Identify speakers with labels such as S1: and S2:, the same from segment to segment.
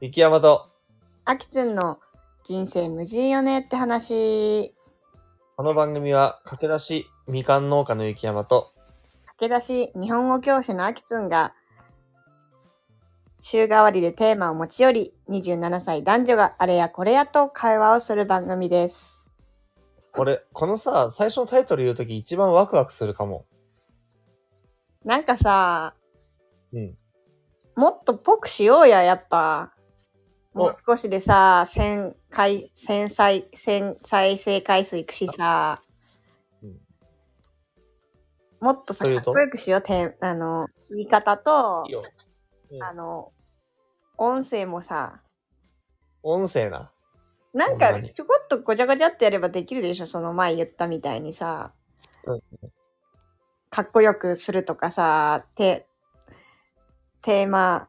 S1: 雪山と
S2: あきつんの人生無人よねって話。
S1: この番組は駆け出しみかん農家の雪山と
S2: 駆け出し日本語教師のあきつんが週替わりでテーマを持ち寄り、27歳男女があれやこれやと会話をする番組です。
S1: 俺このさ最初のタイトル言うとき一番ワクワクするかも
S2: なんかさ、
S1: うん
S2: もっとぽくしようや、やっぱ。もう
S1: お
S2: 少しでさ、1000回、1000再、1000再生回数いくしさ
S1: うん、
S2: もっとさ、
S1: とい
S2: か
S1: う
S2: っ
S1: と
S2: こよくしよう、てんあの、言い方と、
S1: よ
S2: あの、音声もさ、
S1: 音声な
S2: なん
S1: ほんま
S2: か
S1: に
S2: ちょこっとごちゃごちゃってやればできるでしょ、その前言ったみたいにさ
S1: うん。
S2: かっこよくするとかさ、て、テーマ、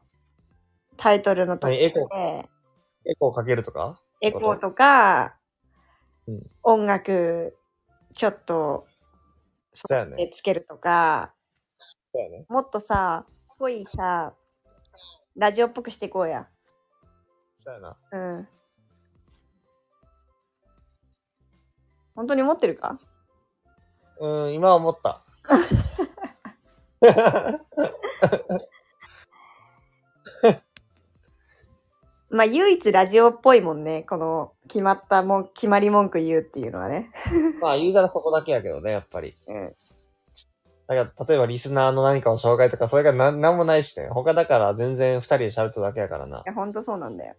S2: タイトルのと
S1: は
S2: こ
S1: いエコ
S2: で、
S1: エコーかけるとか
S2: エコーとか
S1: うん、
S2: 音楽、ちょっと、
S1: そうやね
S2: つけるとか、
S1: そうやね
S2: もっとさ、濃いさ、ラジオっぽくしていこうや。
S1: そうやな
S2: うん。本当に持ってるか
S1: うん今思った
S2: まあ唯一ラジオっぽいもんね。この決まったもん、決まり文句言うっていうのはね。
S1: まあ言うたらそこだけやけどねやっぱり
S2: うん。
S1: だから例えばリスナーの何かを紹介とかそれが何何もないしね他だから全然二人で喋っただけやからない
S2: や、ほんとそうなんだよ。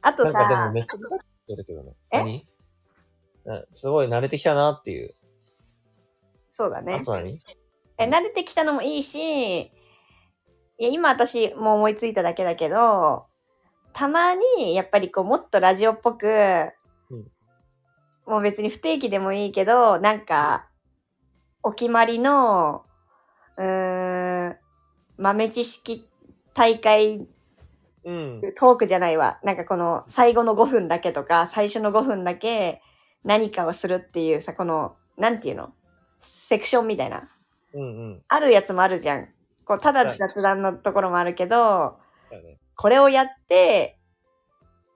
S2: あと
S1: なんかでも
S2: さ
S1: め、っちゃ長くしてるけどね
S2: え
S1: 何なすごい慣れてきたなっていう
S2: そうだ
S1: あ
S2: ね
S1: と。何
S2: え、慣れてきたのもいいし、いや、今私もう思いついただけだけど、たまにやっぱりこうもっとラジオっぽく、
S1: ん
S2: もう別に不定期でもいいけど、なんか、お決まりの、うーん、豆知識大会
S1: うん。
S2: トークじゃないわ。なんかこの最後の5分だけとか、最初の5分だけ何かをするっていうさ、この、なんていうのセクションみたいな。
S1: うんうん。
S2: あるやつもあるじゃん。こう、た
S1: は
S2: だ
S1: い
S2: 雑談のところもあるけど、
S1: だよね
S2: これをやって、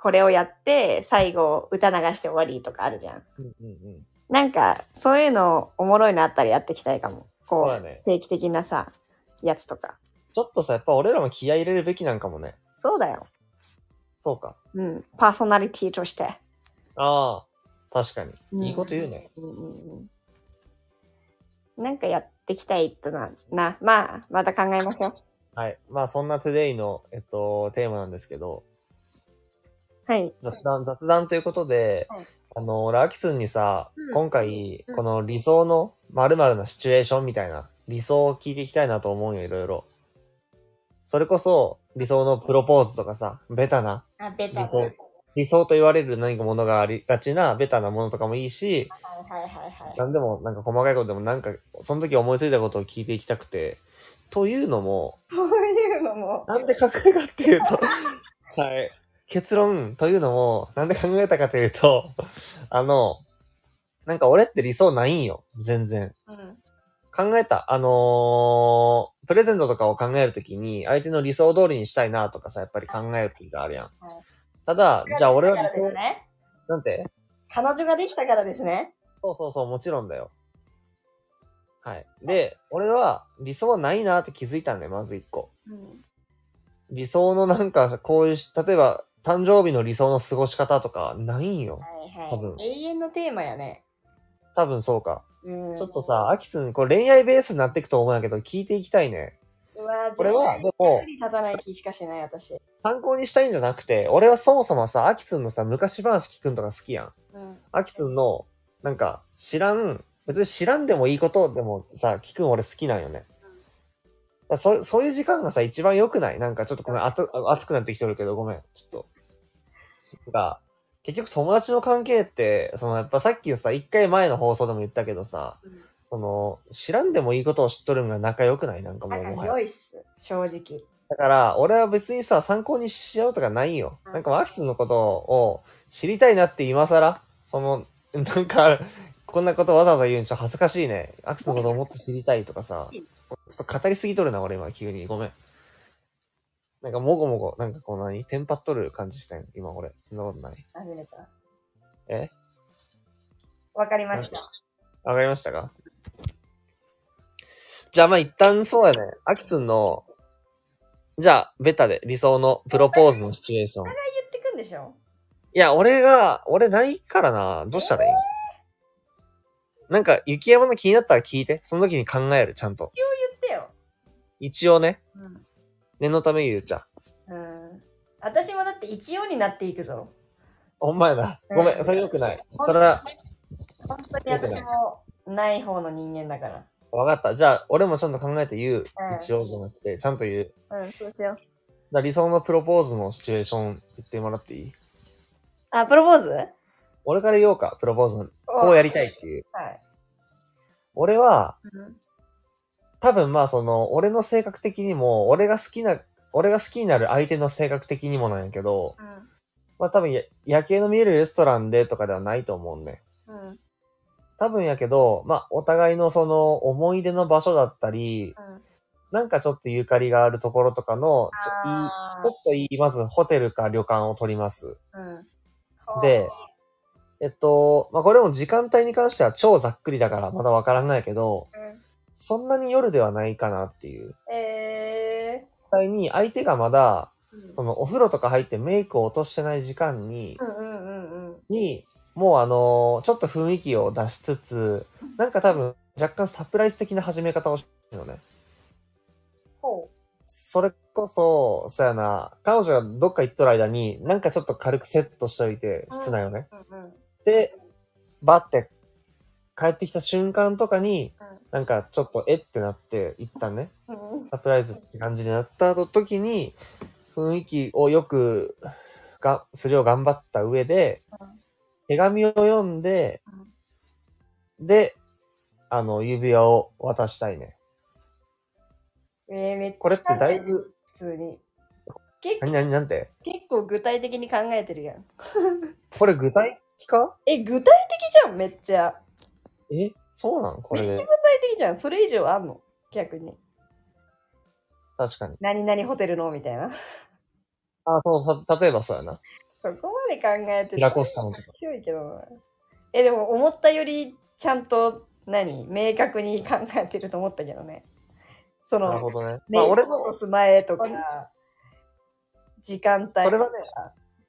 S2: これをやって、最後、歌流して終わりとかあるじゃん。
S1: うんうんうん。
S2: なんか、そういうのおもろいのあったらやっていきたいかも。こ
S1: そうだ
S2: う、
S1: ね。
S2: 定期的なさ、やつとか。
S1: ちょっとさ、やっぱ俺らも気合い入れるべきなんかもね。
S2: そうだよ。
S1: そうか。
S2: うん。パーソナリティとして。
S1: ああ、確か
S2: うん
S1: に。いいこと言うね。
S2: うんうんうん。なんかやっていきたいとな、な、まあ、また考えましょう。
S1: はい。まあそんな today の、えっと、テーマなんですけど、
S2: はい。
S1: 雑談、雑談ということで、
S2: はい
S1: あの、俺、アキツンにさ、
S2: うん
S1: 今回
S2: う、ん
S1: この理想の〇〇なシチュエーションみたいな、理想を聞いていきたいなと思うよ、いろいろ。それこそ、理想のプロポーズとかさ、ベタな、
S2: あ、ベ
S1: タだ理想理想と言われる何かものがありがちな、ベタなものとかもいいし、
S2: はいはいはいはい。
S1: 何でもなんか細かいことでもなんかその時思いついたことを聞いていきたくてというのも
S2: そういうのも。
S1: なんで考えたかっていうとはい結論というのもなんで考えたかというと あのなんか俺って理想ないんよ全然
S2: うん。
S1: 考えたあのープレゼントとかを考えるときに相手の理想通りにしたいなとかさやっぱり考える時があるやん、
S2: はい
S1: ただじゃあ俺は
S2: 彼女がですね。
S1: なんて
S2: 彼女ができたからですね。
S1: そうそうそう、もちろんだよ。はい。で、俺は理想はないなって気づいたんだよ、まず一個。
S2: うん。
S1: 理想のなんか、こういうし、例えば、誕生日の理想の過ごし方とか、ないんよ。多
S2: はい
S1: 分
S2: はい。永遠のテーマやね。
S1: 多分そうか。
S2: うん。
S1: ちょっとさ、アキスン、これ恋愛ベースになっていくと思うんやけど、聞いていきたいね。
S2: うわ、
S1: これは、
S2: 絶
S1: でも
S2: 対、立たない気しかしない、私。
S1: 参考にしたいんじゃなくて、俺はそもそもさ、アキスンのさ、昔話聞くんとか好きやん。
S2: うん。
S1: アキツンの、なんか、知らん、別に知らんでもいいことでもさ、聞くん俺好きなんよね。だそそういう時間がさ、一番良くないなんかちょっとごめん、あとあ熱くなってきてるけど、ごめん、ちょっと。なんか、結局友達の関係って、そのやっぱさっきさ、一回前の放送でも言ったけどさ、その、知らんでもいいことを知っとるんが仲良くないなんかもう、
S2: なん
S1: も
S2: か
S1: はや
S2: 良。いっす、正直。
S1: だから、俺は別にさ、参考にしようとかないよ。
S2: うん
S1: なんか、アキツのことを知りたいなって今更、その、なんか、こんなことわざわざ言うのちょっと恥ずかしいね。アキツのことをもっと知りたいとかさ、
S2: う
S1: ち
S2: ん
S1: ょっと語りすぎとるな、俺今、急に。ごめん。なんかもごもご、なんかこう何テンパっとる感じしたん今俺。そんなことない。
S2: あふれた。
S1: え
S2: わかりました。
S1: わかりましたかじゃあまあ一旦そうやね。あきつんの、じゃあベタで理想のプロポーズのシチュエーション。い
S2: 言ってくんでしょ
S1: や、俺が、俺ないからな。どうしたらいいなんか雪山の気になったら聞いて。その時に考える、ちゃんと。
S2: 一応言ってよ。
S1: 一応ね、
S2: うん。
S1: 念のため言うちゃ。
S2: うん。私もだって一応になっていくぞ。
S1: ほんまやな。ごめん、それ良くない。それは、
S2: 本当に私もない方の人間だから。
S1: わかった。じゃあ、俺もちゃんと考えて言う。
S2: うん
S1: 一応じゃなくて、ちゃんと言う。
S2: うん、そうしよう。
S1: だから理想のプロポーズのシチュエーション言ってもらっていい
S2: あ、プロポーズ
S1: 俺から言おうか、プロポーズの。こうやりたいっていう。
S2: はい。
S1: 俺は、
S2: うん
S1: 多分まあその、俺の性格的にも、俺が好きな、俺が好きになる相手の性格的にもなんやけど、まあ多分や夜景の見えるレストランでとかではないと思うね。
S2: うん。うん。
S1: 多分やけど、まあお互いのその思い出の場所だったり、
S2: うん。
S1: なんかちょっとゆかりがあるところとかの、ちょいい
S2: あ
S1: ちょっといい、まずホテルか旅館を取ります。
S2: ーうん。
S1: で、えっと、まあ、これも時間帯に関しては超ざっくりだからまだわからないけど、
S2: う
S1: そんなに夜ではないかなっていう。
S2: ん、え
S1: 実際に相手がまだ、
S2: ー。
S1: そのお風呂とか入ってメイクを落としてない時間に
S2: う、んうんうんうん。
S1: に、もうあのーちょっと雰囲気を出しつつ、なんか多分若干サプライズ的な始め方をしてるのね。
S2: ほ
S1: それこそ、そうやな、彼女がどっか行っとる間に、なんかちょっと軽くセットしといて、室内をね。
S2: う。うんうん。
S1: で、バッて帰ってきた瞬間とかに、なんかちょっとえってなって、一旦ね、
S2: うん。
S1: サプライズって感じになった時に、雰囲気をよくが、するよう頑張った上で
S2: うん、
S1: 手紙を読んで、で、あの、指輪を渡したいね。
S2: えー、めっちゃ
S1: これってだいぶ、
S2: 普通に。結
S1: 何何なんて
S2: 結構具体的に考えてるやん。
S1: これ具体的か
S2: え、具体的じゃん、めっちゃ。
S1: えそうなのこれ
S2: めっ
S1: で
S2: ちゃ具体。的じゃん。それ以上あんの逆に。
S1: 確かに。
S2: 何々ホテルのみたいな。
S1: あ、そう、た例えばそうやな。
S2: そこまで考えて
S1: ピラコスタのとか。
S2: 強いけどな。え、でも思ったよりちゃんと何明確に考えてると思ったけどね。そ
S1: なる
S2: の、
S1: ほどね。
S2: メ
S1: まあ、
S2: イク
S1: 俺
S2: 落
S1: も
S2: と、す前とか
S1: うん、
S2: 時間帯とか。
S1: それはね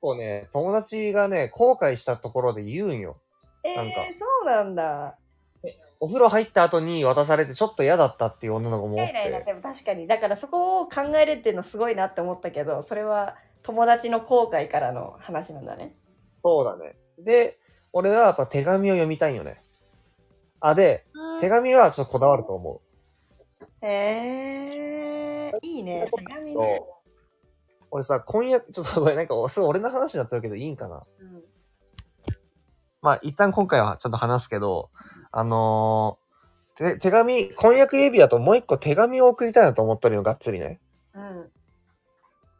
S1: こうね、友達がね、後悔したところで言うんよ。
S2: えー、
S1: なんか
S2: そうなんだ。
S1: お風呂入った後に渡されてちょっと嫌だったっていう女の子もお
S2: イラ
S1: っ
S2: イライラ
S1: て。
S2: でも確かに。だからそこを考えれてるのすごいなって思ったけど、それは友達の後悔からの話なんだね。
S1: そうだね。で、俺はやっぱ手紙を読みたいんよね。あ、で、手紙はちょっとこだわると思
S2: へえー、いいね。手紙
S1: う。
S2: ね。
S1: 俺さ、婚約、ちょっとごめん、なんかすごい俺の話になってるけどいいんかな。
S2: うん
S1: まあ、一旦今回はちょっと話すけど、あのー、て手紙、婚約指輪ともう一個手紙を送りたいなと思っとるよ、がっつりね。
S2: うん。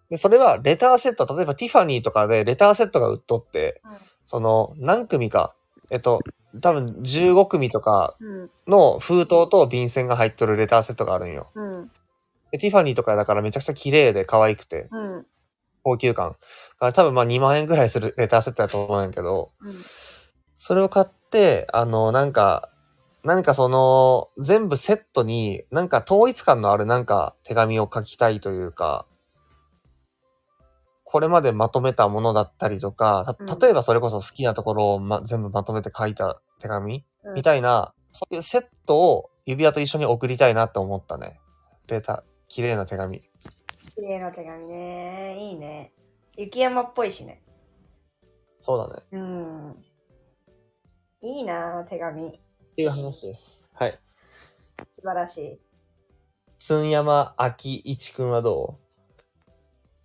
S1: で、それはレターセット、例えばティファニーとかでレターセットが売っとって、その何組か、えっと、多分15組とか
S2: うん。
S1: の封筒と便箋が入っとるレターセットがあるんよ。
S2: うん。
S1: で、ティファニーとかだからめちゃくちゃ綺麗で可愛くて、
S2: うん。
S1: 高級感。あれ多分まあ2万円ぐらいするレターセットだと思うんやけど、
S2: うん。
S1: それを買って、あの、なんか、何かその、全部セットに、なんか統一感のあるなんか手紙を書きたいというか、これまでまとめたものだったりとか、
S2: う
S1: た
S2: ん
S1: 例えばそれこそ好きなところを、ま、全部まとめて書いた手紙
S2: うん
S1: みたいな、そういうセットを指輪と一緒に送りたいなって思ったね。レタ、綺麗な手紙。
S2: 綺麗な手紙ね。いいね。雪山っぽいしね。
S1: そうだね。
S2: うん。いいな手紙。
S1: っていう話です。はい。
S2: 素晴らしい。
S1: つんやまあきいちくんはどう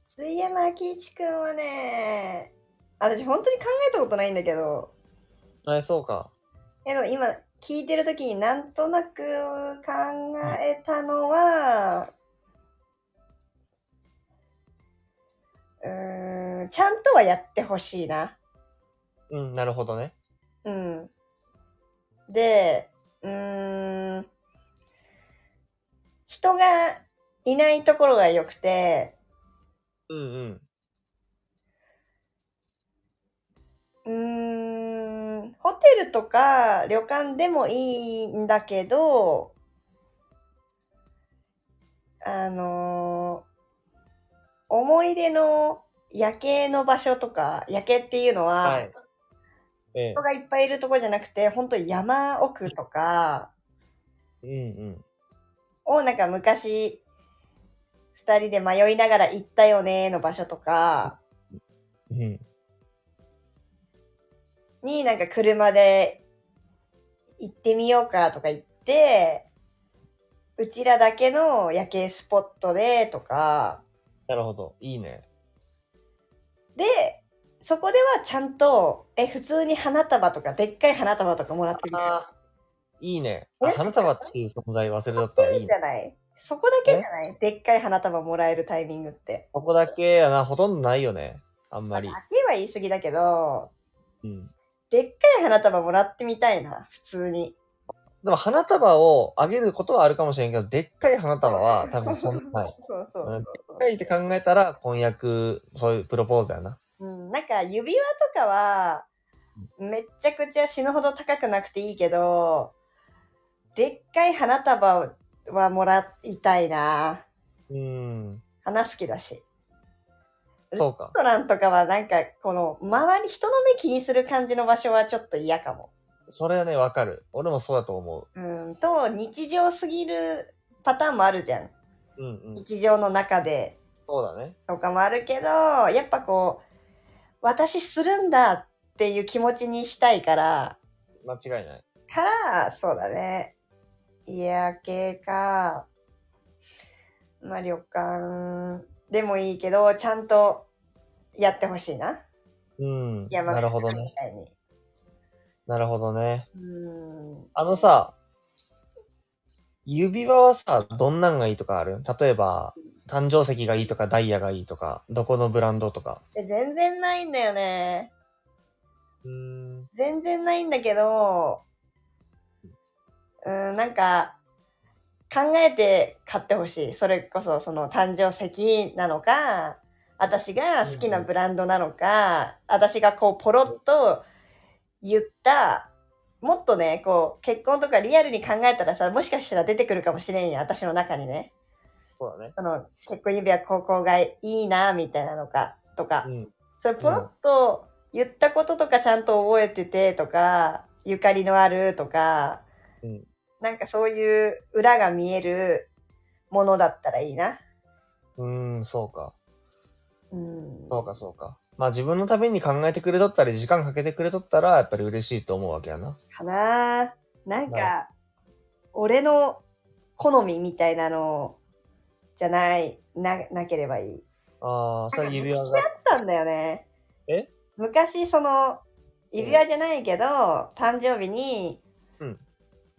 S2: 杉山明一くんはね、私本当に考えたことないんだけど、
S1: あ、そうか。
S2: えの今聞いてるときになんとなく考えたのは、うーん、ちゃんとはやってほしいな。
S1: うん、なるほどね。
S2: うん。で、うーん、人がいないところが良くて、
S1: うんうん。
S2: うーん、ホテルとか旅館でもいいんだけど、あのー思い出の夜景の場所とか、夜景っていうのは、
S1: はい。ええ
S2: 人。がいっぱいいるとこじゃなくて、本当山奥とか
S1: うんうん。
S2: をなんか昔、二人で迷いながら行ったよねーの場所とか、
S1: うん。
S2: になんか車で行ってみようかとか言って、うちらだけの夜景スポットでとか、
S1: なるほど。いいね。
S2: で、そこではちゃんと、え、普通に花束とか、でっかい花束とかもらってる
S1: あいいね。
S2: え
S1: あ、花束っていう存在忘れだったらいい
S2: じ
S1: ね。
S2: ゃないそこだけじゃないでっかい花束もらえるタイミングって。
S1: ここだけやな、ほとんどないよね。あんまり
S2: 秋。は言い過ぎだけど、
S1: うん。
S2: でっかい花束もらってみたいな、普通に。
S1: でも花束をあげることはあるかもしれんけど、でっかい花束 は多分そんなない。
S2: そうそうそうそ
S1: でっ
S2: う。
S1: かいって考えたら、婚約、そういうプロポーズやな。
S2: うん、なんか指輪とかは、めっちゃくちゃ死ぬほど高くなくていいけど、でっかい花束はもらいたいな。
S1: うん。
S2: 花好きだし。
S1: そうか
S2: レス。トランとかはなんか、この、周り、人の目気にする感じの場所はちょっと嫌かも。
S1: それはね、わかる。俺もそうだと思
S2: うん、と、日常すぎるパターンもあるじゃん。
S1: う。うんうん。
S2: 日常の中で
S1: そうだね。
S2: とかもあるけど、やっぱこう、私するんだっていう気持ちにしたいから、
S1: 間違いない。
S2: から、そうだね。家明けか、まあ旅館でもいいけど、ちゃんとやってほしいな。
S1: うん。
S2: 山
S1: なるほどね。
S2: みたいに。
S1: なるほどね。
S2: うん。
S1: あのさ、指輪はさ、どんなんがいいとかある例えば、誕生石がいいとか、ダイヤがいいとか、どこのブランドとか。
S2: え全然ないんだよね。
S1: うん。
S2: 全然ないんだけど、うん、なんか、考えて買ってほしい。それこそ、その誕生石なのか、私が好きなブランドなのか、私がこう、ポロッと言った、もっとね、こう、結婚とかリアルに考えたらさ、もしかしたら出てくるかもしれんやん、私の中にね。
S1: そうだね。
S2: その、結婚指輪、高校がいいな、みたいなのか、とか
S1: う。ん。
S2: それポロッと言ったこととかちゃんと覚えててとか、ゆかりのあるとか、
S1: うん
S2: なんかそういう裏が見えるものだったらいいな。
S1: うーん、そうか。
S2: うん。
S1: そうか、そうか。まあ自分のために考えてくれとったり、時間かけてくれとったら、やっぱり嬉しいと思うわけやな。
S2: かななん
S1: は
S2: か、俺の好みみたいなのじゃない、な、なければいい。
S1: ああ、それ指輪が。
S2: あったんだよね。
S1: え
S2: 昔その、指輪じゃないけど、誕生日に
S1: うん、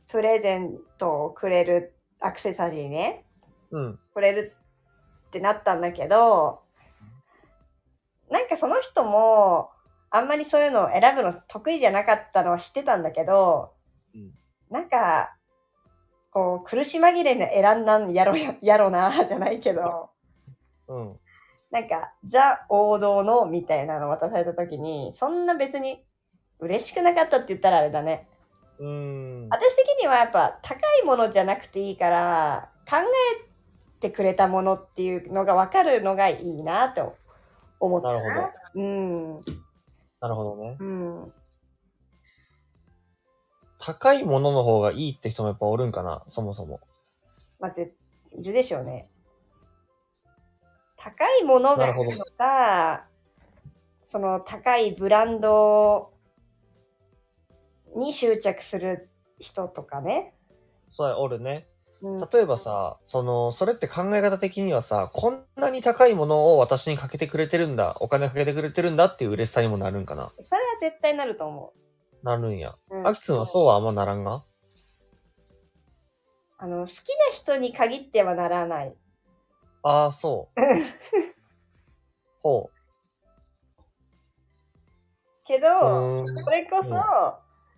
S2: プレゼントをくれるアクセサリーね。
S1: うん。
S2: 来れるってなったんだけど、なんかその人も、あんまりそういうのを選ぶの得意じゃなかったのは知ってたんだけど、
S1: うん
S2: なんか、こう、苦し紛れに選んだんやろや、やろな、じゃないけど、
S1: うん。
S2: なんか、ザ王道のみたいなの渡された時に、そんな別に嬉しくなかったって言ったらあれだね。
S1: うーん。
S2: 私的にはやっぱ高いものじゃなくていいから考えてくれたものっていうのが分かるのがいいなと思った
S1: なるほど。
S2: うん
S1: なるほどね。
S2: うん
S1: 高いものの方がいいって人もやっぱおるんかな、そもそも。
S2: まあ絶いるでしょうね高いもの
S1: な
S2: がい
S1: るほ
S2: い
S1: ど
S2: のかその高いブランドに執着する人とかね、
S1: そうや、おるね。
S2: うん、
S1: 例えばさ、その、それって考え方的にはさ、こんなに高いものを私にかけてくれてるんだ、お金かけてくれてるんだっていう嬉しさにもなるんかな。
S2: それは絶対なると思
S1: なるんや。
S2: う、うん
S1: あきつんはそうはあんまならんが
S2: あの好きな人に限ってはならない
S1: ああ、 そう。ほ
S2: け
S1: う。う
S2: ど、
S1: ーん。
S2: それこそ、
S1: うん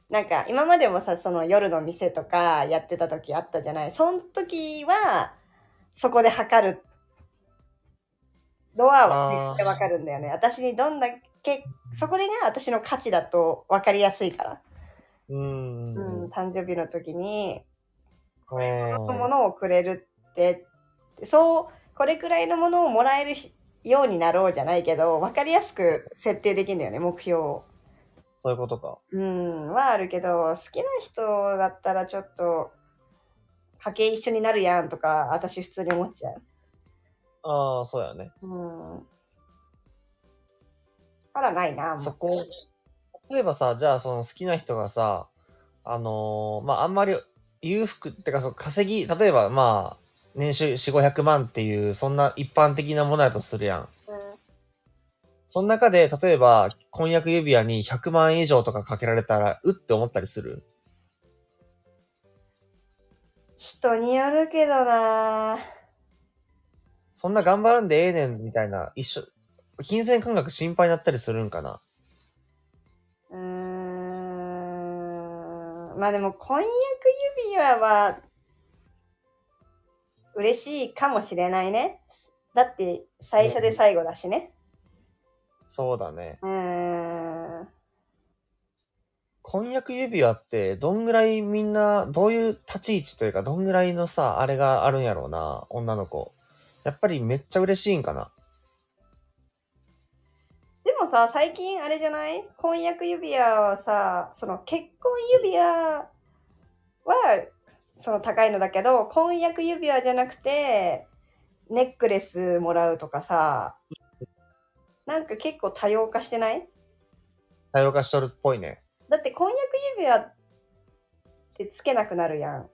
S2: なんか今までもさその夜の店とかやってた時あったじゃないその時はそこで測るのはめっちゃわかるんだよね。私にどんだけ、そこれが私の価値だと分かりやすいから。
S1: うん。
S2: うん、
S1: うん。
S2: 誕生日の時に、
S1: これ
S2: このものをくれるって、そう、これくらいのものをもらえるしようになろうじゃないけど、分かりやすく設定できるんだよね、目標を。
S1: そういうことか。
S2: うん、はあるけど、好きな人だったらちょっと、家計一緒になるやんとか、私普通に思っちゃう。
S1: ああ、そうやね。
S2: うん。あら、ないな、もう
S1: そこ、例えばさ、じゃあその好きな人がさ、あのーまあ、あんまり裕福ってか、その稼ぎ、例えばまあ、年収4、500万っていう、そんな一般的なものだとするやん。その中で、例えば、婚約指輪に100万円以上とかかけられたら、うって思ったりする
S2: 人によるけどな
S1: そんな頑張らんでええねんみたいな、一緒、金銭感覚心配になったりするんかな
S2: うーん。まあでも、婚約指輪は、嬉しいかもしれないね。だって、最初で最後だしね。
S1: そうだね。
S2: うーん。
S1: 婚約指輪って、どんぐらいみんな、どういう立ち位置というか、どんぐらいのさ、あれがあるんやろうな、女の子。やっぱりめっちゃ嬉しいんかな。
S2: でもさ、最近あれじゃない婚約指輪はさ、その結婚指輪は、その高いのだけど、婚約指輪じゃなくて、ネックレスもらうとかさ、なんか結構多様化してない
S1: 多様化しとるっぽいね。
S2: だって婚約指輪ってつけなくなるやん。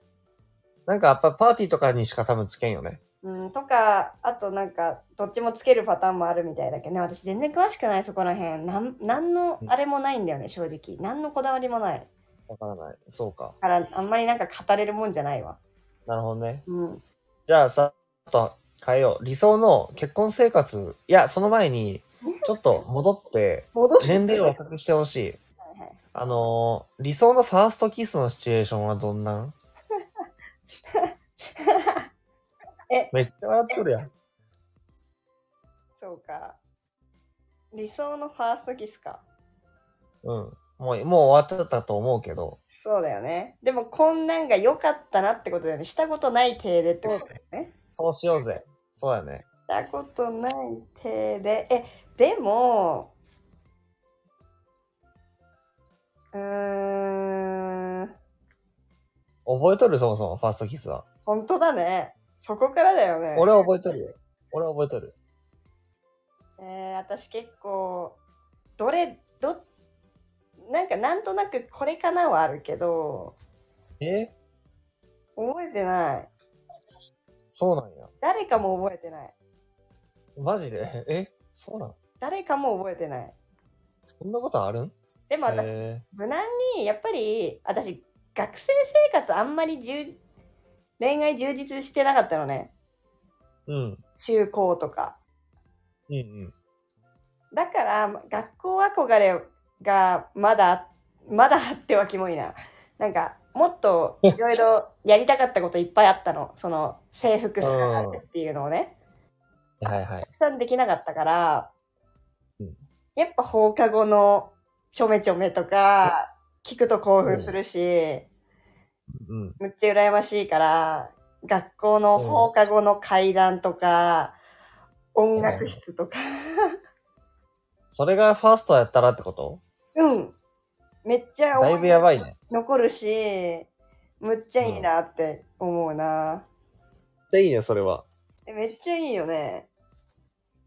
S1: なんかやっぱパーティーとかにしか多分つけんよね。
S2: うん、とか、あとなんか、どっちもつけるパターンもあるみたいだけどね、私全然詳しくない、そこら辺。なん、なんのあれもないんだよね、正直。なんのこだわりもない。
S1: わからない。そうか。
S2: からあんまりなんか語れるもんじゃないわ。
S1: なるほどね。
S2: うん。
S1: じゃあさ、ちょっと変えよう。理想の結婚生活、いや、その前に、ちょっと戻って、
S2: 戻る。
S1: 年齢を若くしてほしい
S2: はい。
S1: あのー理想のファーストキスのシチュエーションはどんなん
S2: え
S1: めっちゃ笑ってるやん。
S2: そうか。理想のファーストキスか。
S1: うん。もう、もう終わっちゃったと思うけど。
S2: そうだよね。でもこんなんが良かったなってことだよね。したことない体でってことだよね。
S1: そうしようぜ。そうだね。
S2: したことない体で。え、でも、うーん、
S1: 覚えとるそもそも、ファーストキスは。
S2: 本当だね。そこからだよね。
S1: 俺は覚えとるよ。俺は覚えとる。
S2: えー、私結構どれどなんかなんとなくこれかなはあるけど
S1: え
S2: 覚えてない
S1: そうなんや。
S2: 誰かも覚えてない
S1: マジで えそうなの
S2: 誰かも覚えてない
S1: そんなことあるん
S2: でも私、
S1: え
S2: 無難にやっぱり私学生生活あんまり充恋愛充実してなかったのね
S1: ーうん。
S2: 中高とか
S1: うんうん。
S2: だから学校憧れがまだまだあってはキモいななんかもっといろいろやりたかったこといっぱいあったのその制服姿っていうのをね
S1: はいはい
S2: た。くさんできなかったから、
S1: うん
S2: やっぱ放課後のちょめちょめとか聞くと興奮するし、
S1: うん。
S2: むっちゃ羨ましいから学校の放課後の階段とか、音楽室とか、
S1: それがファーストやったらってこと
S2: うん。めっちゃ
S1: だいぶやばいね。
S2: 残るし、むっちゃいいなって思うな。
S1: めっちゃいいね、それは。
S2: えめっちゃいいよね。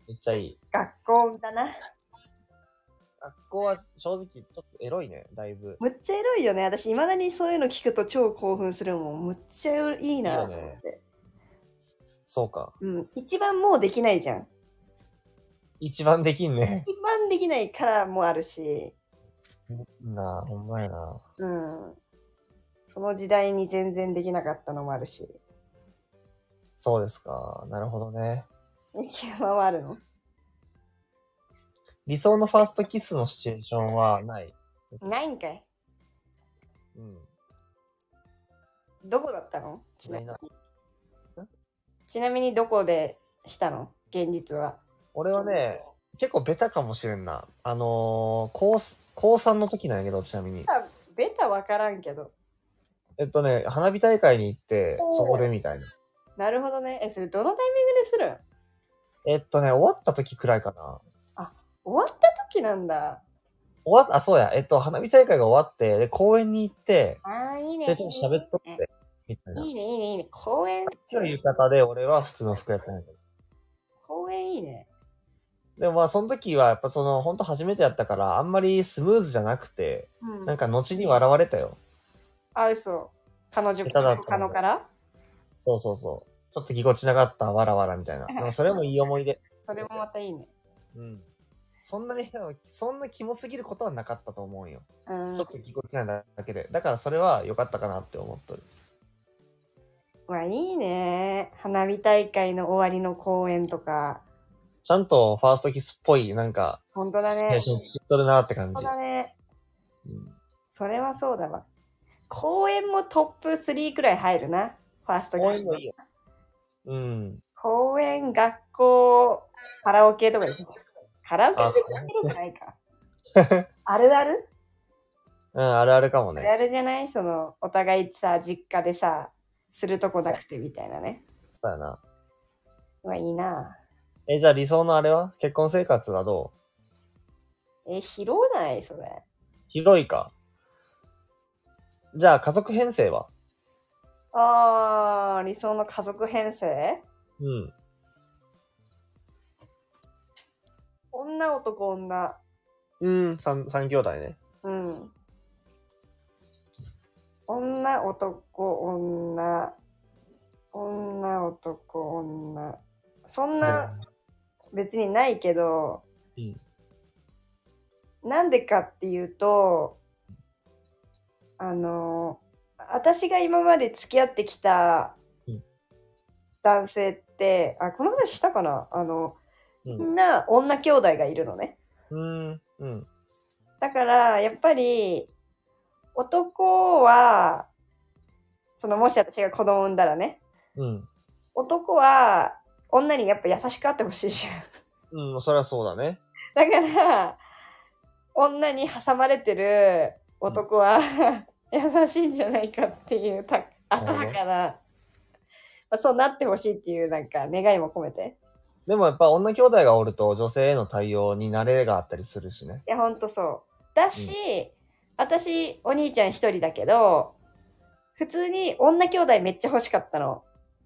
S1: めっちゃいい。
S2: 学校だな。
S1: 学校は正直ちょっとエロいね、だいぶ。
S2: むっちゃエロいよね。私、いまだにそういうの聞くと超興奮するもん。むっちゃいいなと思って。
S1: そうか。
S2: うん。一番もうできないじゃん。
S1: 一番できんね。
S2: 一番できないからもあるし、
S1: なあ、ほんまやな。
S2: うん。その時代に全然できなかったのもあるし。
S1: そうですか。なるほどね。
S2: 山はあるの
S1: 理想のファーストキスのシチュエーションはない。
S2: ないんかい。
S1: うん。
S2: どこだったのちなみ
S1: な
S2: に
S1: いな。
S2: ちなみにどこでしたの現実は。
S1: 俺はね、結構ベタかもしれんな。あのー、高す、高3の時なんやけど、ちなみに。
S2: ベタわからんけど。
S1: えっとね、花火大会に行って
S2: お、ー
S1: そこでみたいな。
S2: なるほどね。え、それどのタイミングでするん
S1: えっとね、終わった時くらいかな。
S2: 終わった時なんだ。
S1: 終わっ、あ、そうや、えっと、花火大会が終わって、で、公園に行って、
S2: ああ、いいね。
S1: で、ちょっと喋っとって、みたいな。こ
S2: いいね、いいね、いいね。公園、
S1: っちは浴衣で、俺は普通の服やったんやけど。
S2: 公園いいね。
S1: でもまあ、その時は、やっぱその、ほんと初めてやったから、あんまりスムーズじゃなくて、
S2: う
S1: なんか後に笑われたよ。
S2: あ、嘘。彼女、
S1: 下手だった
S2: 他のから
S1: そうそうそう。ちょっとぎこちなかった、わらわらみたいな。でもそれもいい思い出。
S2: それもまたいいね。
S1: うん。そんなに、そんなキモすぎることはなかったと思うんよ。
S2: うん
S1: ちょっ。とぎこちないだけで。だからそれは良かったかなって思っとる。
S2: まあいいね。花火大会の終わりの公園とか。
S1: ちゃんとファーストキスっぽい、なんか、
S2: 本当だ
S1: 青
S2: ね。
S1: 春
S2: 本
S1: 作っとるなって感
S2: 当
S1: じ。
S2: だね。
S1: うん
S2: それはそうだわ。公園もトップ3くらい入るな。ファーストキス
S1: 公園もいいよ。うん。
S2: 公園、学校、カラオケとか行くカラオケって広くないか。あるあ る
S1: うん、あるあるかも
S2: あるあ
S1: ね。
S2: るじゃないその、お互いさ、実家でさ、するとこなくてみたいなね。
S1: そうやな。
S2: まあいいな。
S1: え、じゃあ理想のあれは結婚生活はどう
S2: え、広ないそれ。
S1: 広いか。じゃあ家族編成は
S2: あー、理想の家族編成
S1: うん。
S2: 女男女。
S1: うん、三、三兄弟ね。
S2: うん。女、男、女、女、男、女。そんな、別にないけど、
S1: うん
S2: なんでかっていうと、あの、私が今まで付き合ってきた
S1: うん
S2: 男性って、あ、この話したかなあの、
S1: うん
S2: みんな女兄弟がいるのね。
S1: うん、うん、
S2: だから、やっぱり、男は、その、もし私が子供産んだらね、
S1: うん。
S2: 男は、女にやっぱ優しくあってほしいじ
S1: うん、そりゃそうだね。
S2: ゃ ん。だから、女に挟まれてる男は、 優しいんじゃないかっていう、た浅はかな、まあ、そうなってほしいっていう、なんか、願いも込めて。
S1: でもやっぱ女兄弟がおると女性への対応に慣れがあったりするしね。
S2: いや、ほんとそう。だし、私、お兄ちゃん一人だけど、普通に女兄弟めっちゃ欲しかったの。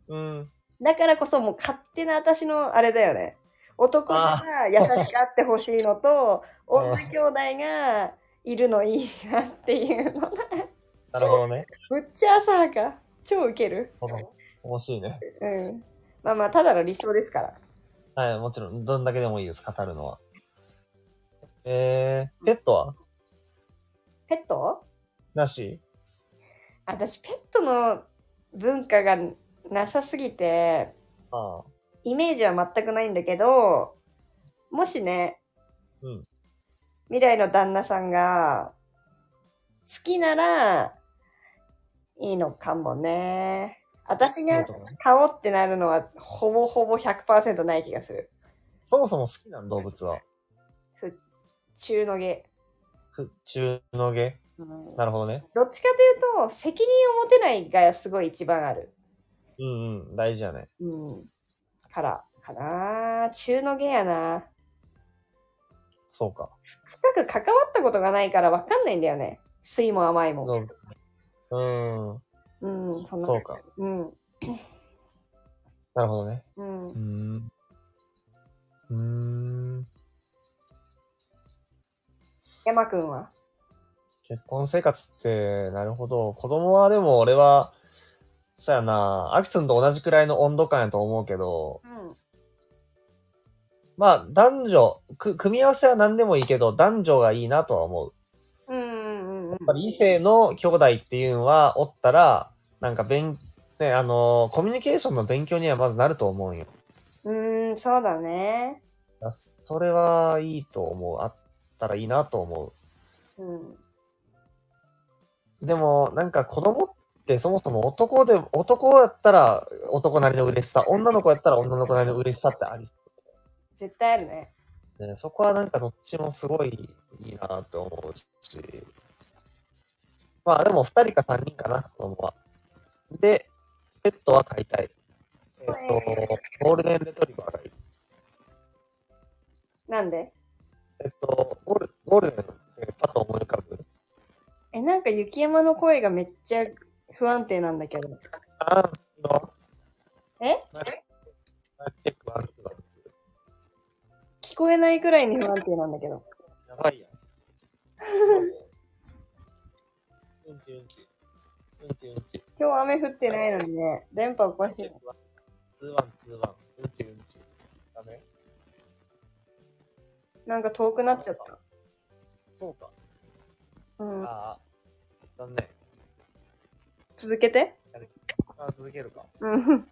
S1: うん。
S2: だからこそもう勝手な私のあれだよね。男が優しくあってほしいのと、
S1: うん
S2: 女兄弟がいるのいいなっていうの。
S1: なるほどね。
S2: むっちゃ浅はか。超ウケる。
S1: ほど面白いね。
S2: うん。まあまあ、ただの理想ですから。
S1: はい、もちろん、どんだけでもいいです、語るのは。えー、ペットは
S2: ペット
S1: なし
S2: 私、ペットの文化がなさすぎて、
S1: ああ。
S2: イメージは全くないんだけど、もしね、
S1: うん
S2: 未来の旦那さんが好きならいいのかもね。私が
S1: そうだね
S2: 買おうってなるのはほぼほぼ100%ない気がする。
S1: そもそも好きなの動物は。
S2: 中の下。
S1: ふ中の毛
S2: うん
S1: なるほどね。
S2: どっちかというと責任を持てないがすごい一番ある。
S1: うんうん、大事やね。
S2: うん。から、かなぁ中の下やな
S1: そうか。
S2: 深く関わったことがないからわかんないんだよね。水も甘いも
S1: 動物。うーん、
S2: うん、そんな
S1: そうか。
S2: うん。
S1: なるほどね。
S2: うん
S1: うー。ん。うーん。
S2: 山くんは
S1: 結婚生活って、なるほど。子供はでも俺は、そうやな、アキツンと同じくらいの温度感やと思うけど、
S2: うん。
S1: まあ男女、く組み合わせは何でもいいけど、男女がいいなとは思う。
S2: うんうんうん
S1: やっぱり異性の兄弟っていうのはおったら、なんか勉、ね、あのーコミュニケーションの勉強にはまずなると思うんよ。
S2: うん。うん、そうだね。
S1: あそれはいいと思う。あったらいいなと思
S2: うん。
S1: う。でも、なんか子供ってそもそも男で、男やったら男なりの嬉しさ、女の子やったら女の子なりの嬉しさってあり。
S2: 絶対あるね。
S1: ね、そこはなんかどっちもすごいいいなと思うし、まあでも2人か3人かな、子供は。で、ペットは飼いたい。えっ、と、ゴールデンレトリバーがいい。
S2: なんで
S1: えっ、と、ゴールゴールデンってパッと思い浮かぶ。
S2: え、なんか雪山の声がめっちゃ不安定なんだけど。
S1: あーの
S2: え
S1: チェックワンツーワンツ
S2: 聞こえないくらいに不安定なんだけど。
S1: ーやばいやん。うんちうんち。うんちうんち。
S2: 今日雨降ってないのにね、電波おかしい
S1: チェッ。
S2: ね
S1: クワンツーワンツーワン。うんちうんち。ダメ
S2: なんか遠くなっちゃった。
S1: そうか。
S2: うん。
S1: ああ。残念。
S2: 続けて。
S1: あー続けるか。
S2: うん。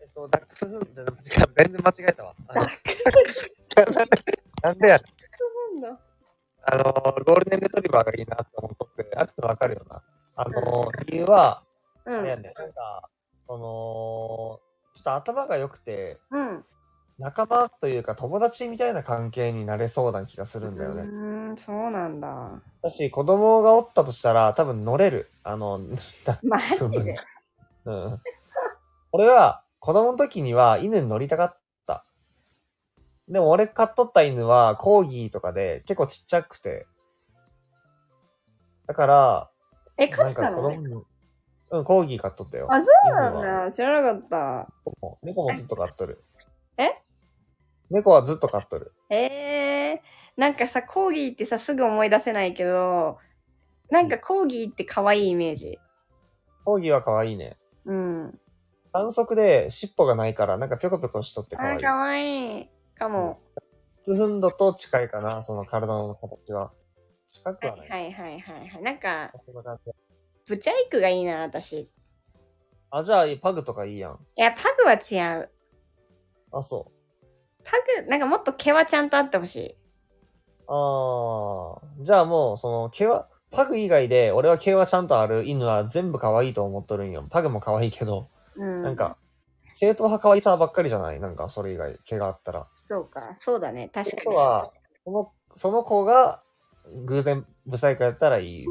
S1: えっと、ダックスフンじゃなくて、違う全然間違えたわ。あのなんでやねんあの、ゴールデンレトリバーがいいなって思っとって、アクスわかるよな。あの、理由は、
S2: う
S1: あれや
S2: ん。
S1: ねん、なんか、その、ちょっと頭が良くて、
S2: うん。
S1: 仲間というか友達みたいな関係になれそうな気がするんだよね。
S2: うーん、そうなんだ。
S1: だし、子供がおったとしたら、多分乗れる。あの、
S2: マ
S1: そう
S2: ジ
S1: なん
S2: で
S1: だ。うん。俺は、子供の時には犬に乗りたかった。でも俺買っとった犬はコーギーとかで結構ちっちゃくて。だから、
S2: え、勝った
S1: 子
S2: の
S1: 供に、うん、コーギー買っとったよ。
S2: あ、そう
S1: 犬
S2: な
S1: は
S2: んだ。知らなかっ
S1: 猫も猫もずっと買っとる。
S2: え
S1: 猫はずっと買っとる。
S2: た。えー、なんかさ、コーギーってさ、すぐ思い出せないけど、なんかコーギーって可愛いイメージ。
S1: コーギーは可愛いね。
S2: うん。
S1: 短足で尻尾がないから、なんかぴょこぴょこしとって可
S2: あ
S1: 愛
S2: れ
S1: い。
S2: 可愛い。かも。
S1: スフンドと近いかな、その体の形は。近く
S2: は
S1: はない
S2: い。はいはいはいはい。なんか、
S1: そんな感じ
S2: ブチャイクがいいな、私。い
S1: あ、じゃあ、パグとかいいやん。
S2: や、パグは違う。
S1: あ、そ
S2: パグ、なんかもっと毛はちゃんとあってほしい。
S1: う。あー。じゃあもう、その、毛は、パグ以外で、俺は毛はちゃんとある犬は全部可愛いと思っとるんよ。パグも可愛いけど、
S2: うん。
S1: なんか、正統派可愛さばっかりじゃないなんか、それ以外、毛があったら。
S2: そうか、そうだね、確か
S1: あ
S2: に。
S1: とは、その、その子が、偶然、ブサイクやったらいい。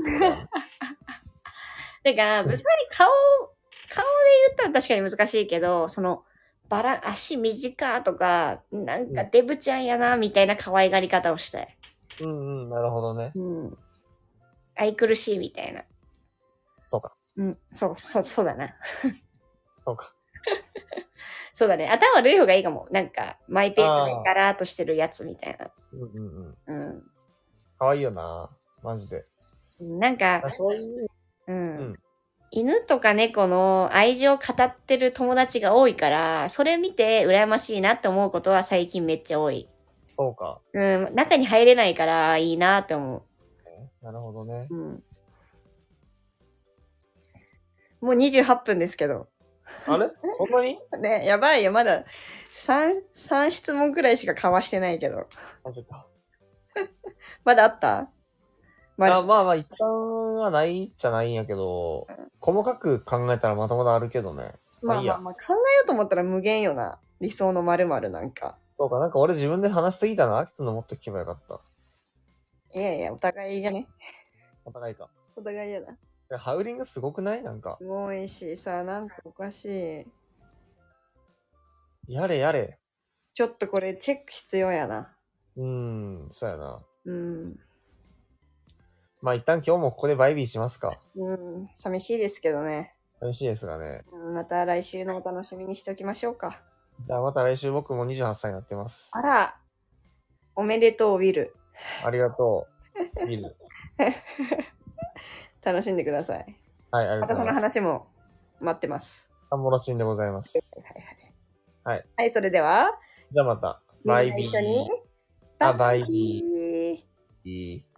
S2: てか、ぶつかり顔、顔で言ったら確かに難しいけど、その、バラ、足短とか、なんか
S1: う
S2: デブちゃんやな、みたいな可愛がり方をしたい。
S1: うんうん、なるほどね。
S2: うん。愛くるしいみたいな。
S1: そうか、
S2: うん、そう、そう、そうだな。
S1: そうか。
S2: そうだね。頭悪い方がいいかも。なんか、マイペースでガラーっとしてるやつみたいな。
S1: うんうんうん。
S2: うん。
S1: 可愛いよな。マジで。
S2: なんか、
S1: そういう、
S2: うん
S1: うん
S2: 犬とか猫の愛情を語ってる友達が多いから、それ見て羨ましいなって思うことは最近めっちゃ多い。
S1: そうか。
S2: うん、中に入れないからいいなって思
S1: なるほどね。
S2: う。うん。もう28分ですけど。
S1: あれそんなに
S2: ね、やばいよ。まだ3、三質問くらいしか交わしてないけど。
S1: マジか。
S2: まだあったま
S1: あ
S2: だ。
S1: まあまあ、一旦はないじゃないんやけど、細かく考えたらまだまだあるけどね。ま
S2: ま
S1: あ
S2: あ
S1: いいや
S2: まあまあ、考えようと思ったら無限よな。理想の〇〇なんか。
S1: そうか、なんか俺自分で話しすぎたな。あいつのもっと聞けばよかった。
S2: いやいや、お互いじゃね
S1: お互いか。
S2: お互いやだ。
S1: いやハウリングすごくないなんか
S2: す。ごいしさなんかおかしい
S1: やれやれ。
S2: ちょっとこれチェック必要やな
S1: うーん、そうやな。
S2: うん
S1: まあ一旦今日もここでバイビーしますか。
S2: うん寂しいですけどね、
S1: 寂しいですがね。
S2: うん、また来週のお楽しみにしておきましょうか
S1: じゃあまた来週僕も28歳になってます。
S2: あらおめでとうウィル
S1: ありがとう。ビル。
S2: 楽しんでください
S1: はい、ありがと
S2: また
S1: う
S2: そ
S1: ござ
S2: の
S1: います。
S2: 話も待ってます
S1: 三もろちんでございます。
S2: はいはい
S1: はい
S2: はいそれでは
S1: じゃあまた。
S2: みん
S1: バ
S2: な
S1: イビー。
S2: 一緒に
S1: あバイビー
S2: ビー
S1: いい